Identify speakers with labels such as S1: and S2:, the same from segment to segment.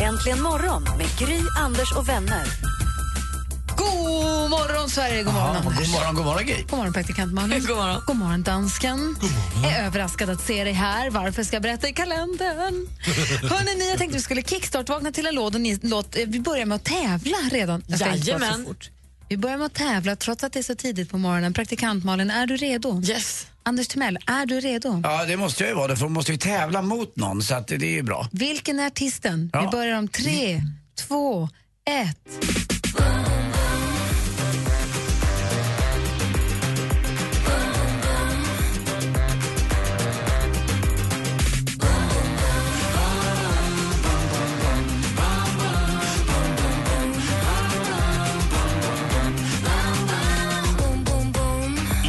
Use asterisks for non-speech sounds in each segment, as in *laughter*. S1: Äntligen morgon med Gry, Anders och vänner.
S2: God morgon, Sverige! God morgon, Anders.
S3: God morgon, god morgon Gry.
S2: God morgon, praktikant Malin. God morgon. God morgon, dansken. Är överraskad att se dig här. Varför ska jag berätta i kalendern? Hörrni, ni, jag tänkte vi skulle kickstart-vakna till en låt och ni, låt, eh, vi börjar med att tävla redan. Jag ska inte prata så
S4: Jajamän.
S2: fort. Vi börjar med att tävla trots att det är så tidigt på morgonen. Praktikant Malin, är du redo?
S4: Yes.
S2: Anders Timell, är du redo?
S3: Ja, det måste jag ju vara, det, för man måste ju tävla mot någon, så att det det är ju bra.
S2: Vilken är artisten? Vi
S3: Ja.
S2: börjar om tre, två, ett.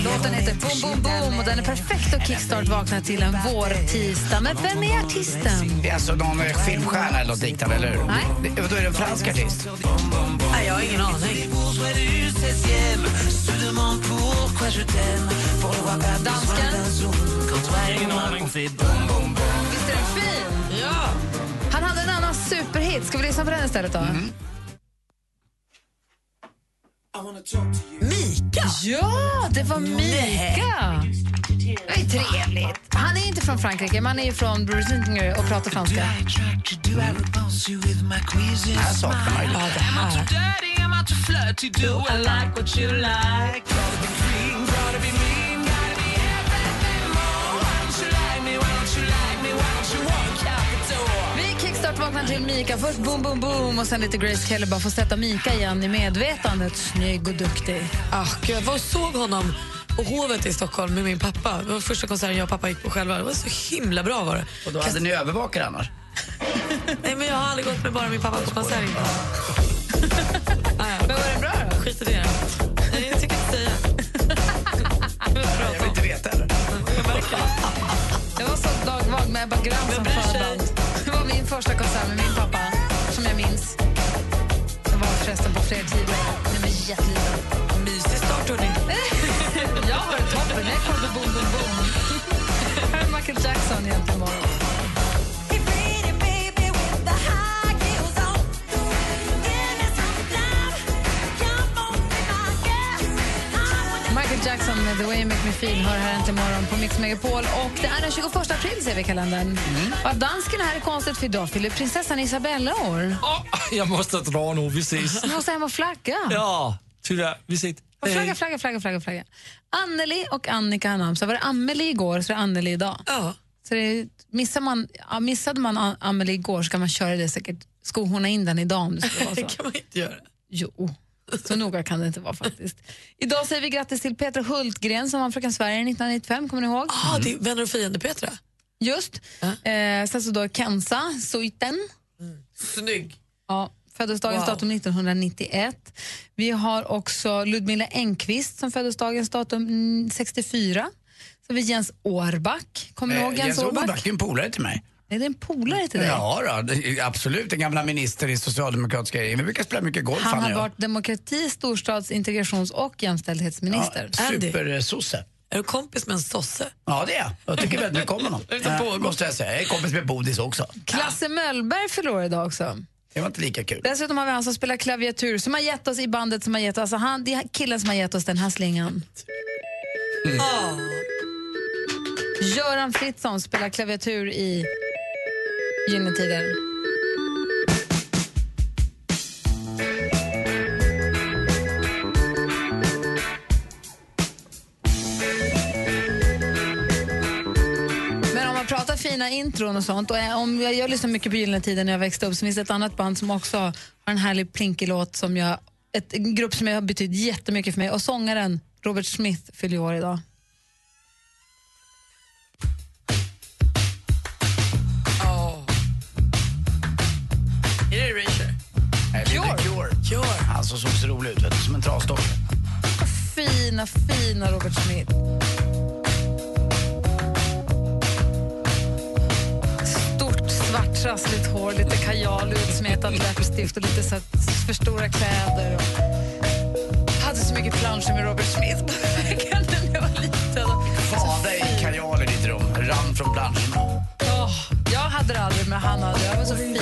S2: Låten heter Boom Boom Boom och den är perfekt att kickstart-vakna till en vårtisdag. Men vem är artisten?
S3: Det är alltså någon eh, filmstjärna eller något liknande, eller hur?
S2: Nej.
S3: Det, och då är det en fransk artist.
S4: Nej, jag har ingen aning.
S2: Dansken? Visst är den fin?
S4: Ja.
S2: Han hade en annan superhit. Ska vi lyssna på den istället då?
S4: Mika!
S2: Ja, det var Mika! Det är trevligt. Han är inte från Frankrike, men han är ju från Brusninger och pratar franska.
S3: Här saknar man ju lite.
S2: Vi kickstart-vaknar till Mika. Först boom, boom, boom och sen lite Grace Kelly. Bara få sätta Mika igen i medvetandet. Snygg och duktig.
S4: Ah, gud, jag var och såg honom på Hovet i Stockholm med min pappa. Det var första konserten jag och pappa gick på själva. Det var så himla bra var det.
S3: Och då hade ni övervakare annars?
S4: Nej, men jag har aldrig gått med bara min pappa på konserter.
S2: Men var det bra då?
S4: Skit i det. Nej, jag tycker inte säga. Det var bra
S3: Jag vill inte veta heller.
S2: Det var så Dag Wag med Ebba Grön som
S4: bryr sig?
S2: förband. Det var min första konsert med min pappa, som jag minns. Det var förresten på Fredrikshivor. Den var jätteliten.
S4: att- Mysig start, hörni.
S2: *laughs* Jag var det toppen. Jag kom på Boom Boom Boom. Här är Michael Jackson egentligen imorgon. Michael Jackson med The Way You Make Me Feel hör här inte imorgon på Mix Megapol. Och det är den 21 april ser vi i kalendern.
S4: Mm.
S2: Och att dansken är här är konstigt för idag fyller prinsessan Isabella år.
S5: Jag måste dra nu, vi ses.
S2: Hon måste hem och flagga.
S5: Ja, tyvärr, vi ses.
S2: Och flagga, flagga, flagga, flagga, flagga. Anneli och Annika har namnsdag. Var det Amelie igår så är det Anneli idag.
S4: Ja.
S2: Så det, missar man, ja, missade man A- Amelie igår så kan man köra det säkert skohorna in den idag om det skulle vara
S4: *laughs* Det
S2: så.
S4: kan man inte göra.
S2: Jo, så noga kan det inte vara faktiskt. Idag säger vi grattis till Peter Hultgren som vann Fröken Sverige 1995, kommer ni ihåg?
S4: Ah, det är vänner och fiender, Petra.
S2: Just. Eh, sen så då Kenza Suiten.
S4: Snygg.
S2: Ja, födelsedagens
S4: Wow.
S2: datum 1991. Vi har också Ludmilla Engqvist som födelsedagens datum mm, 64. Så har vi Jens Årback. Kommer du
S3: Eh,
S2: ihåg Jens, Årback?
S3: Orback är en polare till mig.
S2: Är det en polare till dig?
S3: Ja, då, det är absolut. Den gamla minister i socialdemokratiska regeringen. Vi brukar spela mycket golf,
S2: Han har
S3: och jag.
S2: varit demokrati-, storstads-, integrations och jämställdhetsminister.
S3: Ja,
S4: Andy.
S3: Supersosse.
S4: Är du kompis med en sosse?
S3: Ja, det är jag. Jag tycker väldigt mycket om honom.
S4: inte
S3: Eh, Måste jag säga. Jag är kompis med Bodis också.
S2: Klasse Möllberg förlorar idag också.
S3: Det var inte lika kul.
S2: Dessutom har vi han som spelar klaviatur som har gett oss i bandet som har gett oss, alltså han, det är killen som har gett oss den här slingan.
S4: Ah.
S2: Göran Fritzson spelar klaviatur i Gyllene Tider. Men om man pratar fina intron och sånt, och eh, om jag, jag lyssnade mycket på Gyllene Tider när jag växte upp, så finns det ett annat band som också har en härlig plinkig låt som jag, ett, en grupp som jag har betytt jättemycket för mig, och sångaren Robert Smith fyller ju år idag.
S4: Är det Erasure?
S3: Nej, det är inte Cure.
S4: Cure.
S3: dans och såg så rolig ut, vet du, som en trasdocka.
S2: Fina, fina Robert Smith. Stort svart trassligt hår, lite kajal, utsmetat läppstift och lite så här, för stora kläder. Och... Hade så mycket planscher med Robert Smith Jag kan när jag var liten.
S3: Fada i kajal i ditt rum, rann från planscherna.
S2: Åh, jag hade det aldrig, men han hade det. Jag var så fin.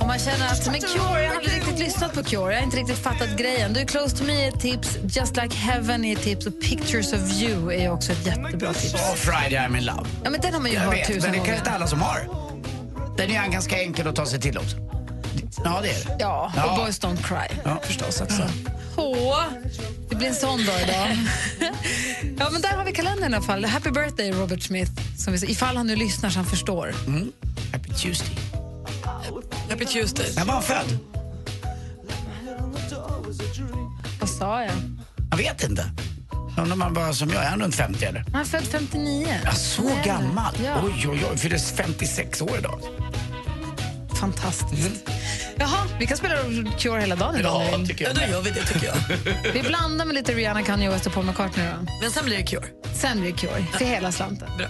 S2: Om man känner att men Cure, jag har aldrig riktigt lyssnat på Cure. Jag har inte riktigt fattat grejen. Du, Close to me är ett tips, Just like heaven är ett tips och Pictures of you är också ett jättebra tips.
S3: Och Friday I'm in love.
S2: Ja, men den har man ju
S3: Jag
S2: hört
S3: vet,
S2: tusen
S3: men det kan
S2: gånger.
S3: inte alla som har. Den är ju ganska enkel att ta sig till också. Ja, det är det.
S2: Ja,
S3: Ja.
S2: och Boys Don't Cry
S3: Ja.
S2: förstås också. Åh, det blir en sån dag
S3: *laughs*
S2: idag. ja, men där har vi kalendern i alla fall. Happy birthday Robert Smith, som vi, sa. ifall han nu lyssnar så han förstår.
S3: Happy Tuesday.
S4: Happy Tuesday.
S3: När var han född?
S2: Vad sa jag?
S3: Jag vet inte. Undrar om han var som jag, är han runt 50 eller?
S2: Han är född 59.
S3: Ja, så
S2: Nej.
S3: gammal?
S2: Ja.
S3: Oj, oj, oj, fylldes 56 år idag.
S2: Fantastiskt.
S3: Mm.
S2: Jaha, vi kan spela Cure hela dagen idag. om vi vill.
S3: tycker
S4: Ja, då gör vi det tycker jag.
S2: Vi blandar med lite Rihanna, Kanye West och Paul McCartney. Då.
S4: Men sen blir det Cure.
S2: Sen blir det Cure, för hela slanten.
S4: Bra.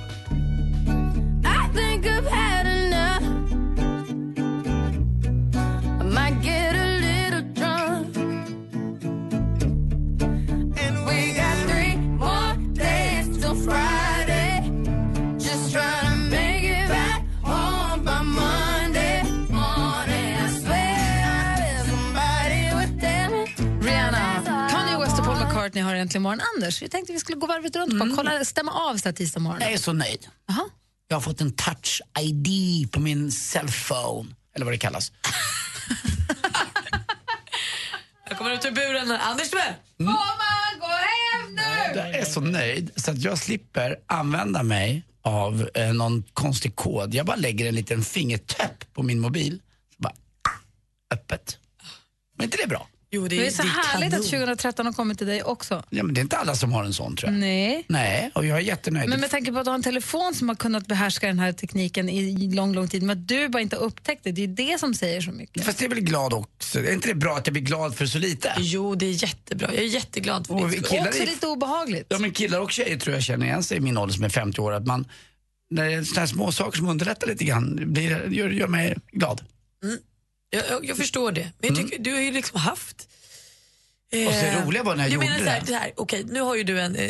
S2: Rihanna, Kanye West och Paul McCartney har egentligen morgon. Anders, vi tänkte vi skulle gå varvet runt och bara
S4: Mm.
S2: kolla, stämma av så här tisdag morgon.
S3: Jag är så nöjd.
S2: Jaha.
S3: Jag har fått en touch ID på min cellphone. Eller vad det kallas.
S4: Jag kommer ut ur buren här. Anders med.
S2: Mamma, gå hem nu!
S3: Jag är så nöjd så att jag slipper använda mig av eh, någon konstig kod. Jag bara lägger en liten fingertäpp på min mobil. Så bara, ah, öppet. Men inte det är bra?
S4: Jo, det är,
S2: Det är så härligt att 2013 har kommit till dig också.
S3: Ja, men det är inte alla som har en sån tror jag.
S2: Nej.
S3: Nej, och jag är jättenöjd.
S2: Men med tanke på att du har en telefon som har kunnat behärska den här tekniken i lång, lång tid, men att du bara inte har upptäckt det, det är det som säger så mycket.
S3: Fast jag är väl glad också. Är inte det bra att jag blir glad för så lite?
S4: Jo, det är jättebra. Jag är jätteglad för
S3: Och
S4: ditt
S3: vi
S4: skull.
S2: Och
S3: killar
S2: också
S3: är-
S2: lite obehagligt.
S3: Ja, men killar och tjejer tror jag känner igen sig i min ålder som är 50 år. Att man, när det är sådana här små saker som underlättar lite grann, blir, gör, gör mig glad.
S4: Jag, jag, jag förstår det. Men jag tycker, du har ju liksom haft... Eh,
S3: Och så roliga var när jag
S4: du
S3: gjorde
S4: menar så här,
S3: det.
S4: det här, okej, nu har ju du en eh,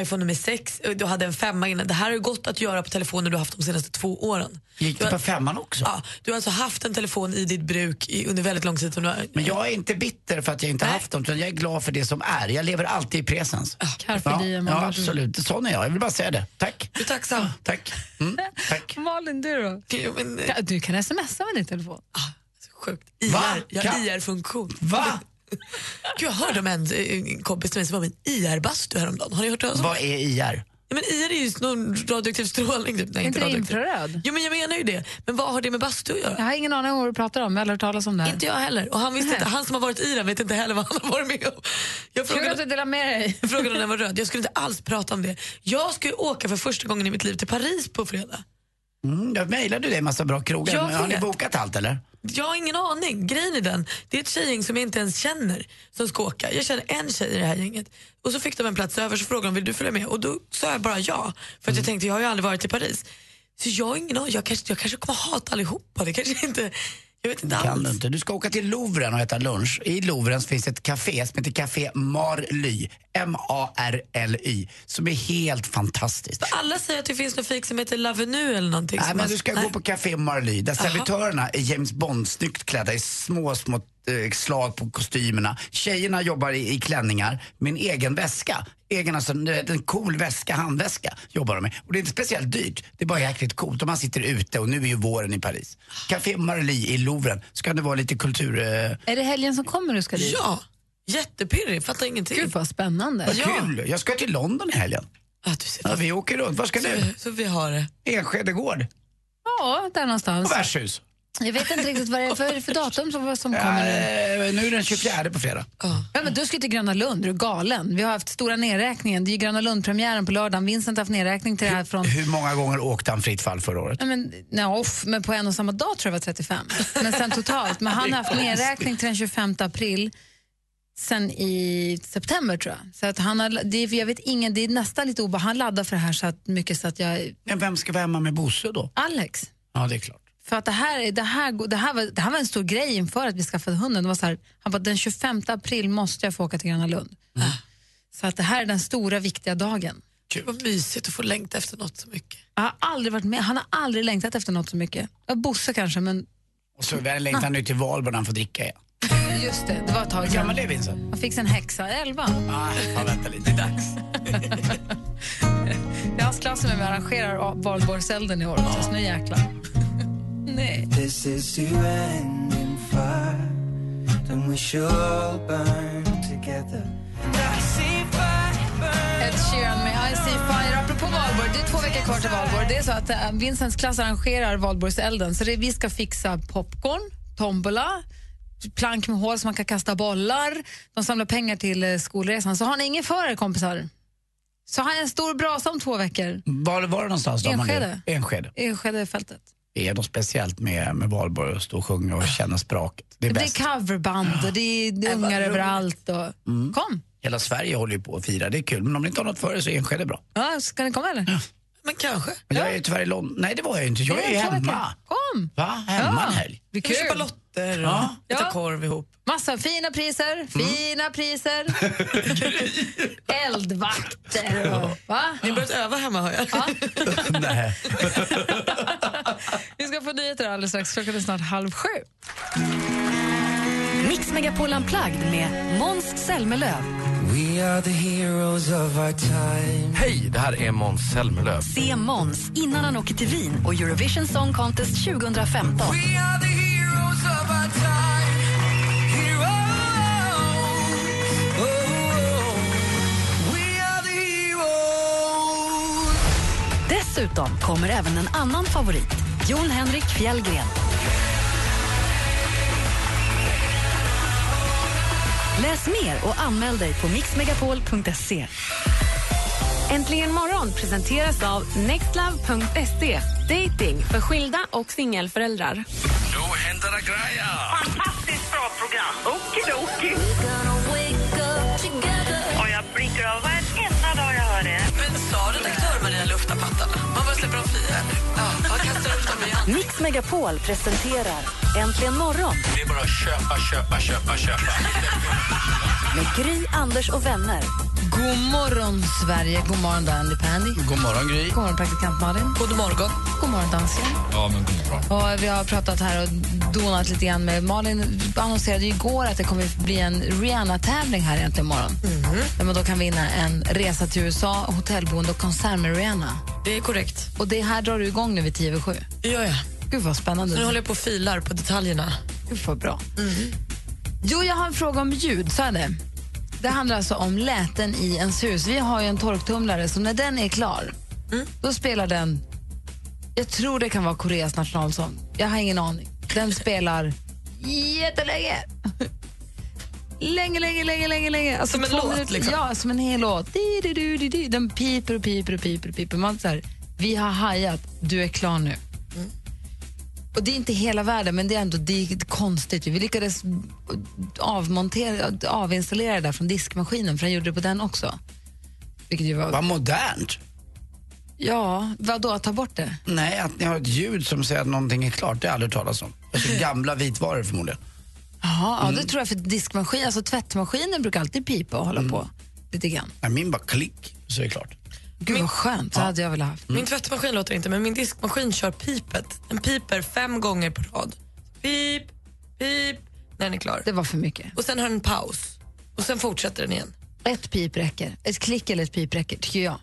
S4: iPhone nummer 6, du hade en femma innan. Det här har ju gått att göra på telefoner du har haft de senaste två åren.
S3: Gick
S4: du,
S3: det
S4: har,
S3: på femman också?
S4: ja, du har alltså haft en telefon i ditt bruk i, under väldigt lång tid. som du har-
S3: Men jag är inte bitter för att jag inte
S4: Nej.
S3: haft dem, utan jag är glad för det som är. Jag lever alltid i presens.
S2: Carpe
S3: Ja,
S2: diem.
S3: ja,
S2: Malin.
S3: absolut. Sån är jag. Jag vill bara säga det. Tack.
S4: Du är *laughs* tacksam.
S3: Tack. Mm, tack.
S2: Malin, du då?
S4: Jo, men, eh,
S2: Ja, Du kan smsa med din telefon.
S4: så sjukt.
S3: Va?
S4: IR, jag
S3: Ka-
S4: har IR-funktion.
S3: Va?
S4: Gud, jag hörde om en, eh, en kompis till mig som var med en IR-bastu häromdagen. Har ni hört talas om
S3: Vad är IR?
S4: Ja, men IR är ju någon radioaktiv strålning. Typ. Nej,
S2: Är inte det
S4: radioaktiv.
S2: infraröd?
S4: Jo, men jag menar ju det. Men vad har det med bastu att göra?
S2: Jag har ingen aning om vad du pratar om, jag har aldrig hört talas om det här.
S4: Inte jag heller. Och han, visste
S2: Nej.
S4: inte, han som har varit i den vet inte heller vad han har varit med om. Jag
S2: Kul att du
S4: frågade,
S2: delar med dig.
S4: jag frågade om den var röd. Jag skulle inte alls prata om det. Jag ska ju åka för första gången i mitt liv till Paris på fredag.
S3: Mm, jag mejlade dig en massa bra krogar.
S4: Jag
S3: men har ni
S4: vet.
S3: bokat allt eller?
S4: Jag har ingen aning. Grejen är den, det är ett tjejgäng som jag inte ens känner som ska åka. Jag känner en tjej i det här gänget. Och så fick de en plats över så frågade de vill du följa med? Och då sa jag bara ja. För
S3: Mm.
S4: att jag tänkte jag har ju aldrig varit i Paris. Så jag har ingen aning. Jag kanske, jag kanske kommer hata allihopa. Det kanske inte... Jag vet inte
S3: Kan du
S4: alls.
S3: inte. Du ska åka till Louvren och äta lunch. I Louvren finns ett café som heter Café Marly. M-A-R-L-Y. Som är helt fantastiskt.
S4: Alla säger att det finns något fik som heter L'avenue eller någonting.
S3: Nej,
S4: som
S3: men
S4: man-
S3: du ska
S4: liksom. Nej.
S3: gå på Café Marly där servitörerna är James Bond snyggt klädda i små, små eh, slag på kostymerna. Tjejerna jobbar i, i klänningar med en egen väska. Egen, alltså, en, en cool väska, handväska jobbar de med. Och det är inte speciellt dyrt, det är bara jäkligt coolt. Och man sitter ute och nu är ju våren i Paris. Café Marly i Louvren, ska det vara lite kultur... Eh,
S2: Är det helgen som kommer du ska dit?
S4: Ja, jättepirrig. Fattar ingenting.
S2: Gud vad spännande.
S3: vad
S4: Ja.
S3: kul! Jag ska till London i helgen.
S4: Ja, du ser.
S3: Ja, vi åker runt. Var ska du?
S4: Så vi har det.
S3: Enskede gård
S2: Ja, där någonstans.
S3: och värdshus.
S2: Jag vet inte riktigt vad det är för, för datum som, som kommer nu.
S3: Eh, nu är den 24 på fredag.
S2: Ja, men du ska ju till Gröna Lund, du är galen. Vi har haft stora nedräkningen. Det är ju Gröna Lund-premiären på lördagen. Vincent har haft nedräkning till det här från...
S3: Hur många gånger åkte han fritt fall förra året?
S2: Nej, men, nej, off, men på en och samma dag tror jag var 35. Men sen totalt. Men han har haft nedräkning till den 25 april sen i september tror jag. Så att han har, det, är- jag vet ingen, det är nästan lite obehagligt. Han laddar för det här så att mycket så att jag...
S3: Men vem ska vara hemma med Bosse då?
S2: Alex,
S3: Ja, det är klart.
S2: För att det här, är- det, här, går- det, här var, det här var en stor grej inför att vi skaffade hunden. Det var så här, han bara, den 25 april måste jag få åka till Gröna Lund. Så att det här är den stora viktiga dagen.
S4: Vad mysigt att få längta efter något så mycket.
S2: Jag har aldrig varit med, han har aldrig längtat efter något så mycket. Ja, Bosse kanske, men
S3: Och så längtar han nu till Valborg när han får dricka igen.
S2: just det, det var ett tag
S3: Hur gammal
S2: sedan.
S3: är Vincent?
S2: Han fick en häxa, 11.
S3: Ah, fan, vänta lite, det är dags. *laughs*
S2: Det är hans klass som är med och arrangerar valborgselden i år. Så nu jäklar. *laughs* Nej. Ed Sheeran med I see fire. Apropå valborg, det är två veckor kvar till valborg. Det är så att eh, Vincents klass arrangerar valborgselden. Så det, vi ska fixa popcorn, tombola, plank med hål som man kan kasta bollar. De samlar pengar till eh, skolresan. Så har ni ingen för er, kompisar? Så har jag en stor brasa om två veckor
S3: Var, var det någonstans då? om man nu-
S2: Enskede.
S3: Enskede.
S2: i Skedefältet.
S3: Är något speciellt med, med Valborg att stå och sjunga och känna spraket? Det är
S2: Det
S3: bäst.
S2: är coverband och det är det är ungar överallt. Och...
S3: Mm.
S2: Kom!
S3: Hela Sverige håller ju på att fira, det är kul. Men om ni inte har något för er så är Enskede bra.
S2: Ja, ska ni komma eller?
S4: Men kanske.
S3: Men jag är ju tyvärr i London. Nej, det var jag ju inte.
S2: Det
S3: Jag är ju
S2: två
S3: hemma.
S2: veckor. Kom!
S3: Va? Hemma en helg?
S2: Ah, Det är
S4: Kan vi köpa
S2: kul.
S4: lotter och
S3: Ja.
S4: äta
S2: Ja.
S4: korv ihop?
S2: Massa fina
S3: Mm.
S2: priser, fina
S3: *laughs*
S2: priser. Eldvakter och... Va?
S4: Ni har börjat öva hemma hör jag.
S2: Ja,
S3: Nej.
S2: vi ska få nyheter alldeles strax. Klockan är snart halv sju.
S1: Mix Megapol Unplugged med Måns Zelmerlöw.
S6: Hej, det här är Måns Zelmerlöw.
S1: Se Måns innan han åker till Wien och Eurovision Song Contest 2015. Dessutom kommer även en annan favorit, Jon Henrik Fjällgren. Läs mer och anmäl dig på mixmegapol.se.
S7: Äntligen morgon presenteras av nextlove.se. Dating för skilda och singelföräldrar.
S4: Men sa redaktör Maria lufta pattarna? Man bara släpper dem fria nu. Ja, man kastar upp dem igen.
S1: Mix Megapol presenterar Äntligen morgon
S6: Det är bara att köpa, köpa, köpa, köpa.
S1: med Gry, Anders och vänner.
S2: God morgon, Sverige. God morgon, Dandy Pandy.
S3: *laughs* God morgon, Gry.
S2: God morgon, praktikant Malin. God morgon. God morgon, dansken.
S5: Ja, men god morgon.
S2: Och vi har pratat här och donat lite grann med Malin annonserade ju igår att det kommer bli en Rihanna-tävling här egentligen imorgon.
S3: Mhm.
S2: Där man då kan vinna en resa till USA, hotellboende och konsert med Rihanna.
S4: Det är korrekt.
S2: Och det här drar du igång nu vid 10 över 7.
S4: Det gör jag.
S2: Gud vad spännande.
S4: Nu håller Mm. jag på och filar på detaljerna.
S2: Gud vad bra. Jo, jag har en fråga om ljud, sa jag det? Det handlar alltså om läten i ens hus. Vi har ju en torktumlare, så när den är klar,
S4: Mm.
S2: då spelar den... Jag tror det kan vara Koreas nationalsång. Jag har ingen aning. Den spelar jättelänge. Länge, länge, länge, länge, länge. Alltså
S4: Som en
S2: två
S4: låt, liksom.
S2: Ja, som en hel låt. Di, di, du, di, di. Den piper och piper och piper. Och piper. Man så här, vi har hajat, du är klar nu. Och det är inte hela världen, men det är ändå det är konstigt. Vi lyckades avmontera, avinstallera det där från diskmaskinen, för han gjorde det på den också. Vilket ju var...
S3: Vad modernt.
S2: Ja, vadå, att ta bort det?
S3: Nej, att ni har ett ljud som säger att någonting är klart, det har jag aldrig hört talas om. Alltså, *laughs* gamla vitvaror förmodligen.
S2: Jaha, ja, det tror jag, för diskmaskin, alltså tvättmaskinen brukar alltid pipa och hålla på lite grann.
S3: Nej, min bara klick, så är det klart.
S2: Gud vad skönt, det hade jag velat haft.
S4: Min tvättmaskin låter inte, men min diskmaskin kör pipet. Den piper fem gånger på rad. Pip, pip, när den är klar.
S2: Det var för mycket.
S4: Och sen har den en paus. Och sen fortsätter den igen.
S2: Ett pip räcker. Ett klick eller ett pip räcker, tycker jag.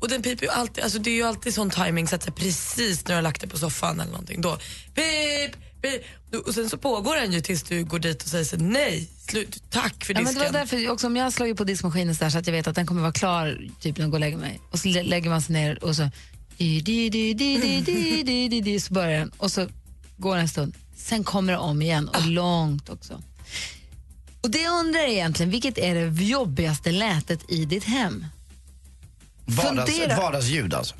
S4: Och den piper ju alltid, alltså det är ju alltid sån timing så att så här, precis när du har lagt dig på soffan eller någonting då pip, pip. Du- Och sen så pågår den ju tills du går dit och säger så, här, nej, slut, tack för
S2: Ja,
S4: disken.
S2: men det var därför också, om jag slår ju på diskmaskinen så, där, så att jag vet att den kommer vara klar typ när jag går och lägger mig. Och så lä- lägger man sig ner och så... Di, di, di, di, di, di, di, di, di, så börjar den. Och så går en stund. Sen kommer det om igen och långt också. Och det jag undrar är egentligen, vilket är det jobbigaste lätet i ditt hem?
S3: Vardags,
S2: Fundera.
S3: vardagsljud alltså.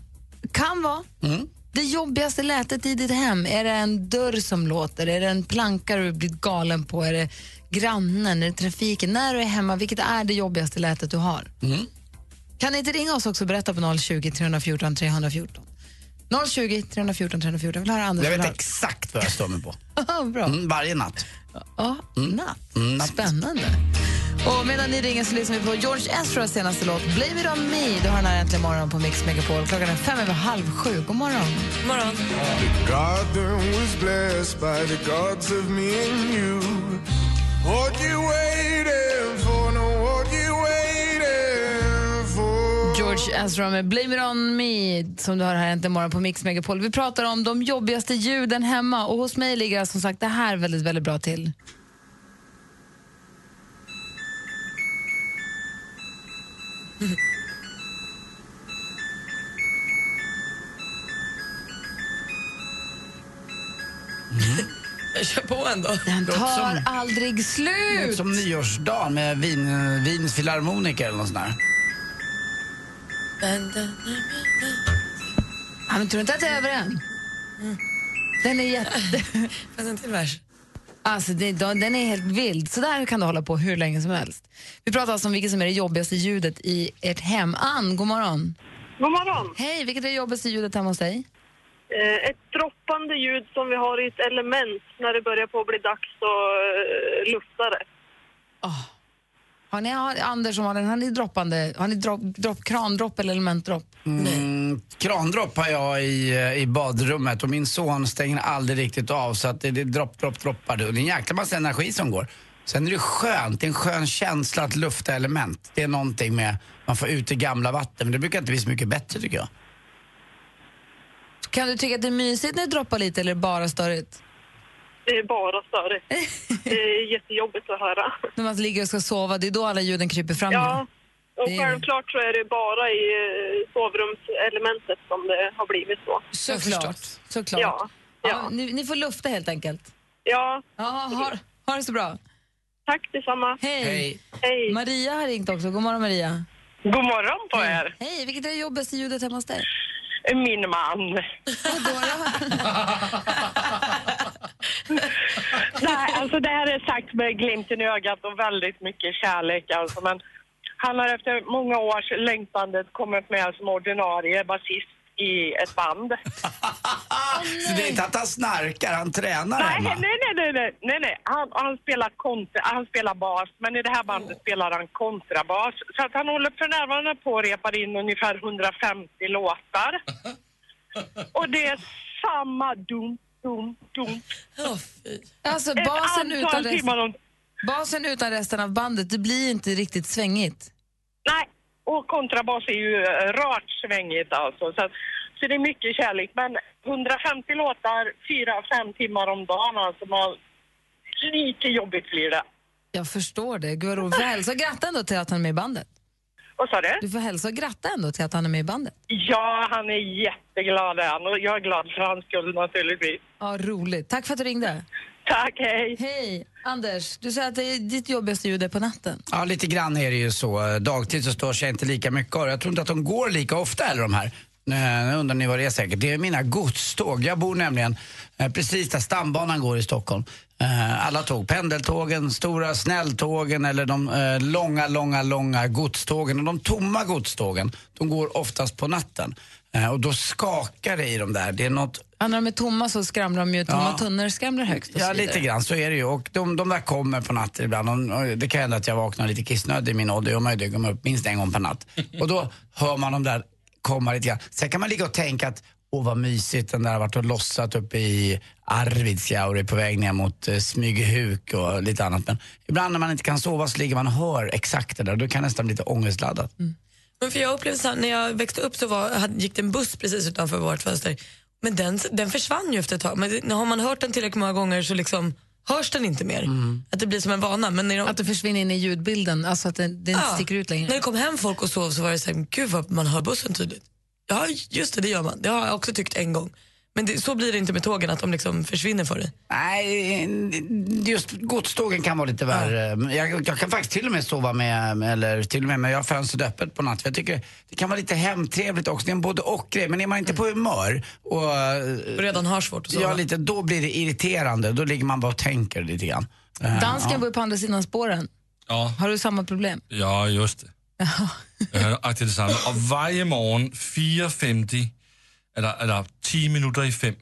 S2: Kan vara.
S3: Mm.
S2: Det jobbigaste lätet i ditt hem, är det en dörr som låter? Är det en planka du blir galen på? Är det grannen? Är det trafiken? När du är hemma, vilket är det jobbigaste lätet du har?
S3: Mm.
S2: Kan ni inte ringa oss också och berätta på 020 314 314? 020 314 314. Jag vill höra Anders.
S3: Jag
S2: vill
S3: vet
S2: höra- *laughs*
S3: exakt vad jag stör mig på.
S2: Aha, Bra.
S3: Mm, varje natt.
S2: Ja, natt. Spännande. Och medan ni ringer så lyssnar vi på George Ezras senaste låt Blame it on me. Du har den här äntligen morgon på Mix Megapol. Klockan är fem över halv sju. God morgon.
S4: Morgon.
S2: George Ezra med Blame it on me som du har här äntligen morgon på Mix Megapol. Vi pratar om de jobbigaste ljuden hemma och hos mig ligger alltså, som sagt det här väldigt, väldigt bra till.
S4: Jag kör på ändå.
S2: Den
S4: *laughs*
S3: Låter
S2: tar
S3: som-
S2: aldrig
S3: Det är
S2: slut.
S3: Som nyårsdagen med vin, Vins filharmoniker eller något sånt där.
S4: eh,
S2: Ja, men tror du inte att jag är över än? Den är jätte...
S4: *laughs* Fanns en till vers?
S2: Alltså, det, de- den är helt vild. Så där kan du hålla på hur länge som helst. Vi pratar alltså om vilket som är det jobbigaste ljudet i ert hem. Ann, god morgon.
S8: God morgon.
S2: Hej, vilket är det jobbigaste ljudet hemma hos dig?
S8: Eh, Ett droppande ljud som vi har i ett element när det börjar på att bli dags att eh, lufta det.
S2: Har ni, har, Anders, som har, den, har ni droppande, har ni dropp, dropp, krandropp eller elementdropp?
S3: Mm, krandropp har jag i, eh, i badrummet och min son stänger aldrig riktigt av så att det, det dropp, dropp, droppar. Det är en jäkla massa energi som går. Sen är det skönt, det är en skön känsla att lufta element. Det är någonting med, man får ut det gamla vatten men det brukar inte bli så mycket bättre tycker jag.
S2: Kan du tycka att det är mysigt när det droppar lite eller bara störigt?
S8: Det är bara störigt. Det är jättejobbigt att höra.
S2: När man ligger och ska sova, det är då alla ljuden kryper fram.
S8: Ja, och
S2: Det är det.
S8: självklart så är det bara i eh, sovrumselementet som det har blivit så.
S2: Såklart. Såklart.
S8: Ja, ja.
S2: ni, ni får lufta helt enkelt.
S8: ja.
S2: Ja, ha, ha det så bra.
S8: Tack detsamma.
S2: Hej.
S3: Hej.
S8: Hej.
S2: Maria har ringt också. God morgon Maria.
S8: God morgon på er.
S2: Hej, vilket är det jobbigaste ljudet hemma hos dig?
S8: Min *laughs* man.
S2: Vadå då?
S8: Nej, alltså det här är sagt med glimten i ögat och väldigt mycket kärlek alltså. Men han har efter många års längtande kommit med som ordinarie basist i ett band.
S3: Så det är inte att han snarkar, han tränar
S8: Nej,
S3: hemma.
S8: nej, nej, nej, nej, nej, nej. Han, han, spelar kontra, han spelar bas, men i det här
S2: Mm.
S8: bandet spelar han kontrabas. Så att han håller för närvarande på och repar in ungefär 150 låtar.
S2: *laughs*
S8: Och det är samma dum, dum, dum.
S4: Ja, fy.
S2: Alltså
S8: Ett
S2: basen utan,
S8: antal
S2: resten,
S8: timmar om
S2: basen utan resten av bandet, det blir inte riktigt svängigt.
S8: Nej, och kontrabas är ju eh, rört svängigt alltså. Så, att- så det är mycket kärlek. Men 150 låtar, 4-5 timmar om dagen alltså. Man, lite jobbigt blir det.
S2: Jag förstår det. Gud vad roligt. Får jag hälsa och gratta ändå till att han är med i bandet.
S8: Vad sa du?
S2: Du får hälsa och gratta ändå till att han är med i bandet.
S8: Ja, han är jätteglad än och jag är glad för hans skull naturligtvis.
S2: Ja, roligt. Tack för att du ringde.
S8: Tack, hej!
S2: Hej, Anders. Du säger att det är ditt jobbigaste ljud är på natten.
S3: Ja, lite grann är det ju så. Dagtid så störs jag inte lika mycket av det. Jag tror inte att de går lika ofta heller de här. Eh, Nu undrar ni vad det är säkert. Det är mina godståg. Jag bor nämligen eh, precis där stambanan går i Stockholm. Eh, Alla tåg, pendeltågen, stora snälltågen eller de eh, långa, långa, långa godstågen. Och de tomma godstågen, de går oftast på natten. Eh, Och då skakar det i de där. Det är något
S2: Ja, när de är tomma så skramlar de ju. Tomma
S3: Ja.
S2: tunnor skramlar högst och
S3: Ja,
S2: så vidare.
S3: lite grann så är det ju. Och de, de där kommer på natten ibland. Och- och Det kan hända att jag vaknar lite kissnödig i min ålder. Jag möjligen kommer upp minst en gång
S2: *laughs*
S3: per natt. Och då hör man de där komma lite grann. Sen kan man ligga och tänka att åh vad mysigt den där har varit och lossat uppe i Arvidsjaur och är på väg ner mot eh, Smygehuk och lite annat. Men ibland när man inte kan sova så ligger man och hör exakt det där. Då kan det nästan bli lite ångestladdat.
S4: Men för jag upplevde så här, när jag växte upp så var, hade, gick det en buss precis utanför vårt fönster. Men den, den försvann ju efter ett tag. Men det- har man hört den tillräckligt många gånger så liksom hörs den inte mer.
S2: Mm.
S4: Att det blir som en vana. Men när de,
S2: Att det försvinner in i ljudbilden, alltså att det, det inte
S4: Ja.
S2: sticker ut längre.
S4: När det kom hem folk och sov så var det så här, gud vad man hör bussen tydligt. Ja, just det, det gör man. Det har jag också tyckt en gång. Men det, så blir det inte med tågen, att de liksom försvinner för dig?
S3: Nej, just godstågen kan vara lite värre. Men Jag, jag kan faktiskt till och med sova med, eller till och med, men jag har fönstret öppet på natten. För Jag tycker det kan vara lite hemtrevligt också. Det är en både och-grej. Men är man inte på humör och...
S4: redan har svårt att sova.
S3: Ja, lite. Då blir det irriterande. Då ligger man bara och tänker lite grann. Eh,
S2: Dansken
S3: ja.
S2: bor ju på andra sidan spåren.
S9: Ja,
S2: Har du samma problem?
S9: ja just det. Jag har aktivt detsamma. Och varje morgon 4.50, eller, eller 10 minuter i fem,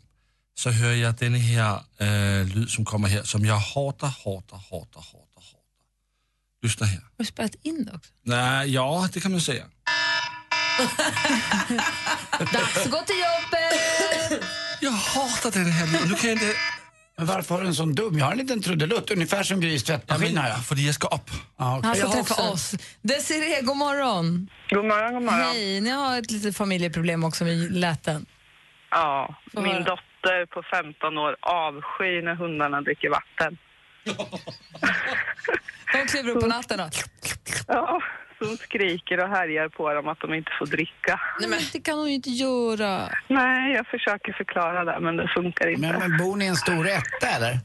S9: så hör jag den här äh, ljud som kommer här, som jag hatar, hatar, hatar, hatar, hatar. Lyssna här.
S2: Har du spelat in det också?
S9: Nej, Eh, ja, det kan man säga.
S2: Dags att gå till jobbet!
S9: Jag hatar den här lyden. Nu kan jag inte...
S3: Men varför har du en sån dum? Jag har en liten trudelutt, ungefär som Grys tvättmaskin har jag.
S9: För jag ska upp.
S3: Ja,
S2: Han
S3: okej. Jag
S2: ska
S3: har
S2: träffa
S3: också-
S2: oss. Desiree, god morgon.
S10: God morgon, god morgon.
S2: Hej, ni har ett litet familjeproblem också med läten.
S10: Ja,
S2: Får
S10: min
S2: höra.
S10: dotter på 15 år avskyr när hundarna dricker vatten.
S2: De kliver upp på natten då.
S10: Ja, så hon skriker och härjar på dem att de inte får dricka.
S2: Nej, men det kan hon ju inte göra.
S10: Nej, jag försöker förklara det, men det funkar inte.
S3: Men, men bor ni i en stor etta eller?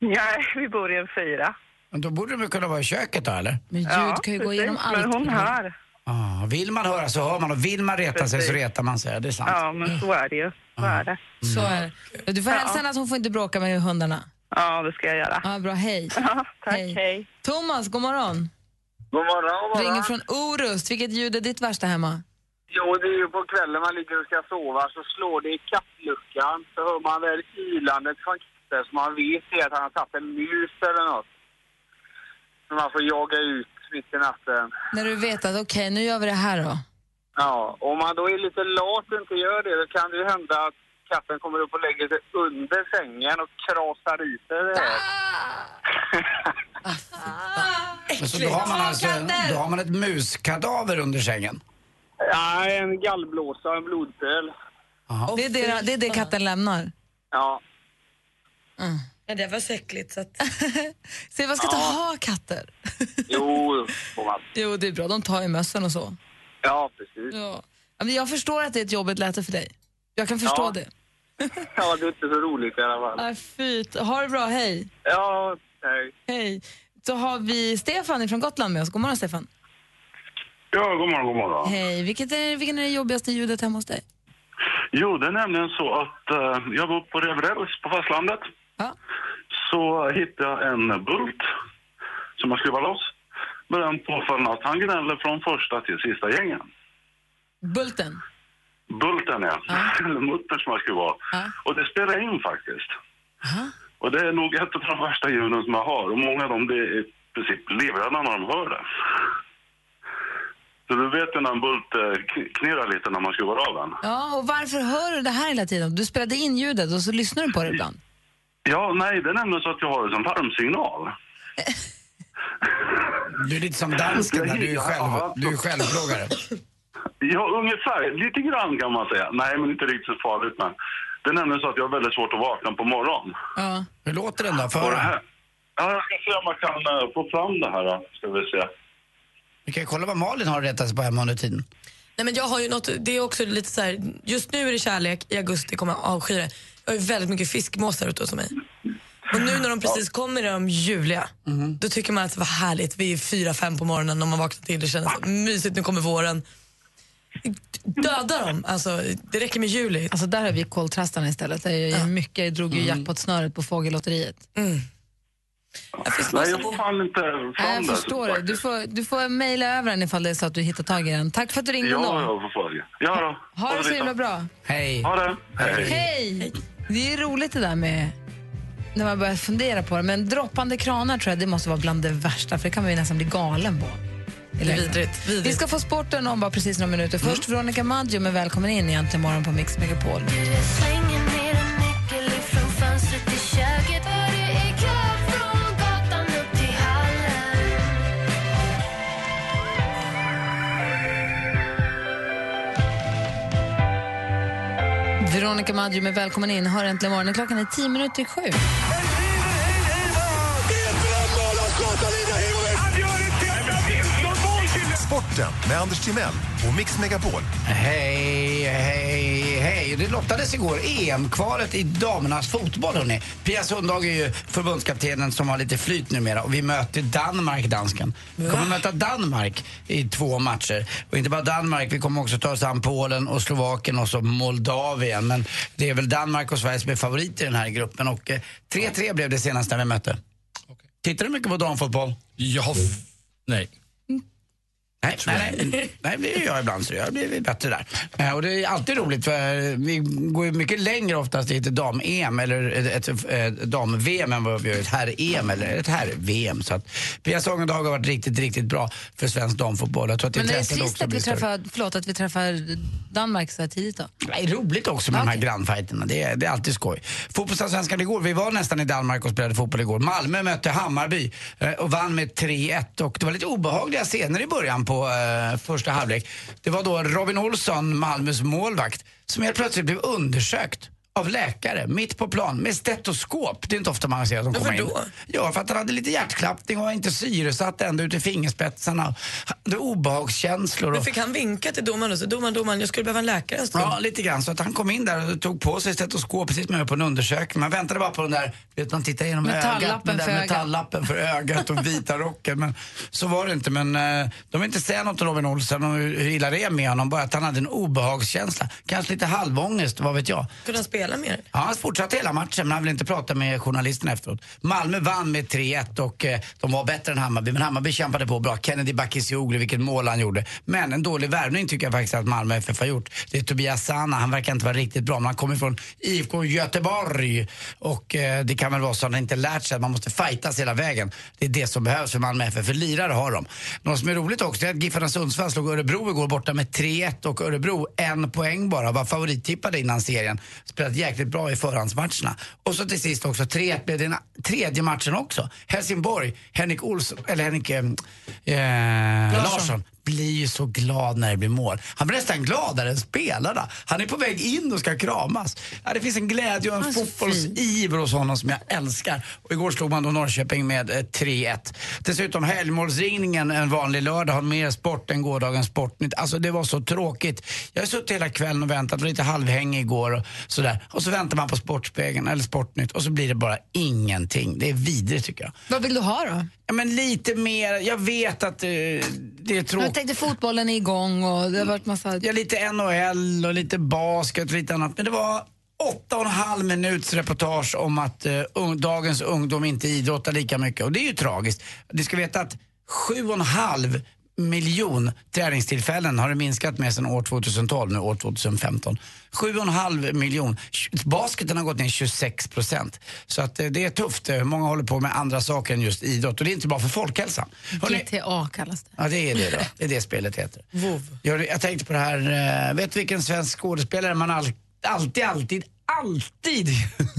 S10: Nej, vi bor i en fyra.
S3: Men då borde de kunna vara i köket då eller?
S2: Men ljud kan ju gå igenom allt.
S10: Men hon hör.
S3: Ah, vill man höra så hör man och vill man reta sig så
S10: Precis.
S3: retar man sig. Ja, Det är sant.
S10: Ja, men så är det ju. Så är det.
S2: Mm. Så är det. Du får hälsa henne att hon får inte bråka med hundarna.
S10: Ja, det ska jag göra.
S2: Ja, bra, hej.
S10: tack, hej.
S2: Thomas, god morgon.
S8: God morgon, god morgon.
S2: Ringer från Orust. Vilket ljud är ditt värsta hemma?
S8: Jo, det är ju på kvällen man ligger och ska sova så slår det i kattluckan. Så hör man väl ylandet från katten som man vet är att han har tagit en mus eller något. Som man får jaga ut mitt i natten.
S2: När du vet att okej, nu gör vi det här då.
S8: Ja, om man då är lite lat och inte gör det då kan det ju hända att katten kommer upp och lägger sig under sängen och krasar i sig det här.
S3: Men Så då har man alltså då har man ett muskadaver under sängen.
S8: *laughs* Ja, en gallblåsa och en blodpöl.
S2: det, är det, det är det katten lämnar.
S8: Ja.
S4: Ja, det var så äckligt.
S2: *laughs*
S4: Så att...
S2: Så man ska inte ha katter. *laughs*
S8: Jo, får man.
S2: Jo, det är bra. De tar ju mössan och så.
S8: Ja, precis.
S4: Mm.
S2: Ja. men Jag förstår att det är ett jobbigt läte för dig. Jag kan förstå
S8: Ja.
S2: det.
S8: Ja, det är inte så roligt i alla fall.
S2: Ah, fyt. Ha det bra, hej.
S8: Ja, hej.
S2: Hej. Så har vi Stefan från Gotland med oss. God morgon, Stefan.
S11: Ja, god morgon, god morgon.
S2: Hej. Vilket är, vilken är det jobbigaste ljudet hemma hos dig?
S11: Jo, det är nämligen så att eh, jag var uppe på Reverels på fastlandet. Så hittade jag en bult som jag skruvade loss. Med den påföljden att han gnäller från första till sista gängen.
S2: Bulten.
S11: Bulten, ja. *laughs* Eller muttern som jag skulle vara. Och det spelar in faktiskt. Och det är nog ett av de värsta ljuden som jag har. Och många av dem, det är i princip livrädda när de hör det. Så du vet ju när en bult eh, kn- knirrar lite när man skruvar av den.
S2: Ja, och varför hör du det här hela tiden? Du spelade in ljudet och så lyssnar du på det ibland.
S11: Ja, nej, det är nämligen så att jag har det som larmsignal.
S3: Du är lite som dansken där, du är själv, du är självplågare.
S11: Ja, ungefär. Lite grann kan man säga. Nej, men inte riktigt så farligt. Men det är nämligen så att jag har väldigt svårt att vakna på morgonen.
S2: Ja.
S3: Hur låter den då? För
S11: Och det
S3: höra.
S11: här. Ja, jag ska se om man kan eh, få fram det här, då, ska vi se.
S3: Vi kan ju kolla vad Malin har retat sig på hemma under tiden.
S4: Nej, men jag har ju något, det är också lite så här, just nu är det kärlek, i augusti kommer jag avsky det. Jag har ju väldigt mycket fiskmåsar ute hos mig. Och nu när de precis kommer är de ljuvliga.
S2: Mhm.
S4: Då tycker man att vad härligt, vi är fyra, fem på morgonen när man vaknar till. Det känns mysigt, nu kommer våren. Döda dem, alltså det räcker med juli.
S2: Alltså där har vi koltrastarna istället. Det är ju mycket, jag drog ju jackpot-snöret på fågellotteriet.
S11: Nej, jag får fan inte fram
S2: Nej, Äh, jag
S11: det.
S2: förstår det. Du får, du får mejla över den ifall det är så att du hittar tag i den. Tack för att du ringde
S11: Ja,
S2: ändå.
S11: jag får fråga. Ja, då.
S2: Ha det så himla bra.
S3: Hej.
S11: Ha det. Hej.
S2: Hej! Det är roligt det där med när man börjar fundera på det. Men droppande kranar tror jag det måste vara bland det värsta för det kan man ju nästan bli galen på.
S4: Det är vidrigt, vidrigt.
S2: Vi ska få sporten om bara precis några minuter. Först Veronica Maggio med Välkommen in egentligen imorgon på Mix Megapol. Veronica Maggio med Välkommen in. Hör äntligen morgonen. Klockan är tio minuter i sju.
S12: Sporten med Anders Timell och Mix Megapol.
S3: Hej, hej, hej. Det lottades igår EM-kvalet i damernas fotboll. Hörrni. Pia Sundhage är ju förbundskaptenen som har lite flyt numera och vi möter Danmark, dansken. Vi kommer möta Danmark i två matcher. Och inte bara Danmark, vi kommer också ta oss an Polen och Slovakien och så Moldavien. Men det är väl Danmark och Sverige som är favoriter i den här gruppen. Och eh, 3-3 blev det senaste vi mötte. Tittar du mycket på damfotboll?
S5: Jag har... Nej.
S2: Mm.
S3: Nej, nej, nej, nej, det gör jag ibland så jag blir bättre där. Eh, Och det är alltid roligt för vi går ju mycket längre oftast i ett dam-EM eller ett, ett, ett dam-VM än vad vi gör i ett herr-EM eller ett herr-VM. Så att Pia Sångendag har varit riktigt, riktigt bra för svensk damfotboll. Jag tror att
S2: Men det är
S3: intresset
S2: trist
S3: också
S2: att vi,
S3: blir större.
S2: träffar, förlåt, att vi träffar Danmark så här tidigt då.
S3: Nej, roligt också med de här grannfighterna. Det är, det är alltid skoj. Fotbollsallsvenskan igår, vi var nästan i Danmark och spelade fotboll igår. Malmö mötte Hammarby eh, och vann med 3-1 och det var lite obehagliga scener i början på eh, första halvlek. Det var då Robin Olsson, Malmös målvakt, som helt plötsligt blev undersökt av läkare mitt på plan med stetoskop. Det är inte ofta man ser att de kommer in. Ja, för att han hade lite hjärtklappning och var inte syresatt ända ut i fingerspetsarna. Det är obehagskänslor.
S4: Men
S3: och-
S4: fick han vinka till domaren och så domaren, domaren, jag skulle behöva en läkare en stund.
S3: Ja, lite grann. Så att han kom in där och tog på sig stetoskop precis med på en undersökning. Man väntade bara på den där, vet man tittar genom ögat,
S2: Metalllappen
S3: den där
S2: för ögat.
S3: metalllappen för ögat och vita rocken. Men så var det inte. Men eh, de vill inte säga något till Robin Olsen om hur hur illa det är med honom. Bara att han hade en obehagskänsla. Kanske lite halvångest, vad vet jag.
S4: Kunde han spela mer?
S3: Ja, han fortsatte hela matchen men han ville inte prata med journalisten efteråt. Malmö vann med 3-1 och eh, de var bättre än Hammarby. Men Hammarby kämpade på bra. Kennedy Bakircioglu, vilket mål han gjorde. Men en dålig värvning tycker jag faktiskt att Malmö FF har gjort. Det är Tobias Sana, han verkar inte vara riktigt bra. Men han kommer från IFK Göteborg. Och eh, det kan väl vara så att han inte lärt sig att man måste fightas hela vägen. Det är det som behövs för Malmö FF, för lirare har de. Något som är roligt också är att Giffarna Sundsvall slog Örebro igår borta med 3-1 och Örebro en poäng bara, var favorittippade innan serien. Spelat jäkligt bra i förhandsmatcherna. Och så till sist också 3-1 blev den tredje matchen också. Helsingborg, Henrik Olsson, eller Henrik eh, eh,
S13: Larsson.
S3: Larsson blir ju så glad när det blir mål. Han blir nästan gladare än spelarna. Han är på väg in och ska kramas. Ja, det finns en glädje och en fotbollsiver hos honom som jag älskar. Och igår slog man då Norrköping med eh, 3-1. Dessutom helgmålsringningen en vanlig lördag har mer sport än gårdagens Sportnytt. Alltså det var så tråkigt. Jag har suttit hela kvällen och väntat, var lite halvhängig igår och sådär. Och så väntar man på Sportspegeln eller Sportnytt och så blir det bara ingenting. Det är vidrigt tycker jag.
S2: Vad vill du ha då?
S3: Ja, men lite mer, jag vet att eh, det är
S2: Jag
S3: tråkigt.
S2: tänkte fotbollen är igång och det har varit massa...
S3: Ja, lite NHL och lite basket och lite annat. Men det var åtta och en halv minuts reportage om att eh, ung, dagens ungdom inte idrottar lika mycket. Och det är ju tragiskt. Du ska veta att sju och en halv miljon träningstillfällen har det minskat med sedan år 2012, nu år 2015. Sju och en halv miljon. Tj- Basketen har gått ner 26 procent. Så att eh, det är tufft. Eh, Många håller på med andra saker än just idrott och det är inte bra för folkhälsan. Hörrni-
S2: GTA kallas det.
S3: Ja, det är det då. Det är det spelet heter. Jag, jag tänkte på det här, eh, vet du vilken svensk skådespelare man all, alltid, alltid, alltid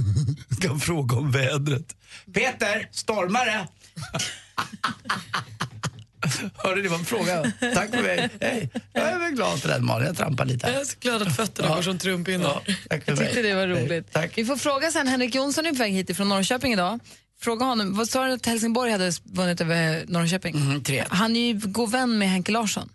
S3: *laughs* ska fråga om vädret? Peter, stormare! *laughs* Hörde det var en fråga. Tack för mig. Hej. Jag är väl glad för den Malin, jag trampar lite. Jag är så glad att fötterna går som trumpinnar. Ja, tack för
S2: Jag tyckte det var roligt. Vi får fråga sen, Henrik Jonsson är på väg hit från Norrköping idag. Fråga honom, vad sa du att Helsingborg hade vunnit över Norrköping? Han är ju god vän med Henke Larsson.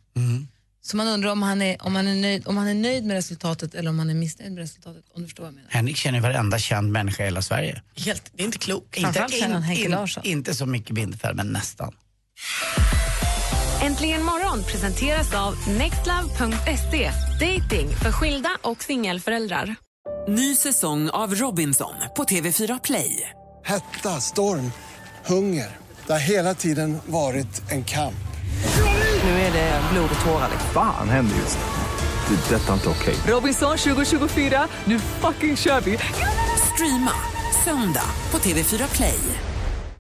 S2: Så man undrar om han, är, om, han är nöjd, om han är nöjd med resultatet eller om han är missnöjd med resultatet. Om du förstår vad jag menar.
S3: Henrik känner varenda känd människa i hela Sverige.
S4: Helt, det er är inte klokt.
S7: Framförallt känner han Henke
S3: Larsson. Inte så mycket Bindefeld, men nästan.
S7: Äntligen morgon presenteras av nextlove.se. Dating för skilda och singelföräldrar.
S14: Ny säsong av Robinson på TV4 Play.
S9: Hetta, storm, hunger. Det har hela tiden varit en kamp.
S14: Nu är det blod och tårar.
S15: Fan händer just det. Det är detta inte okej.
S14: Robinson 2024, nu fucking kör vi! Streama söndag på TV4 Play.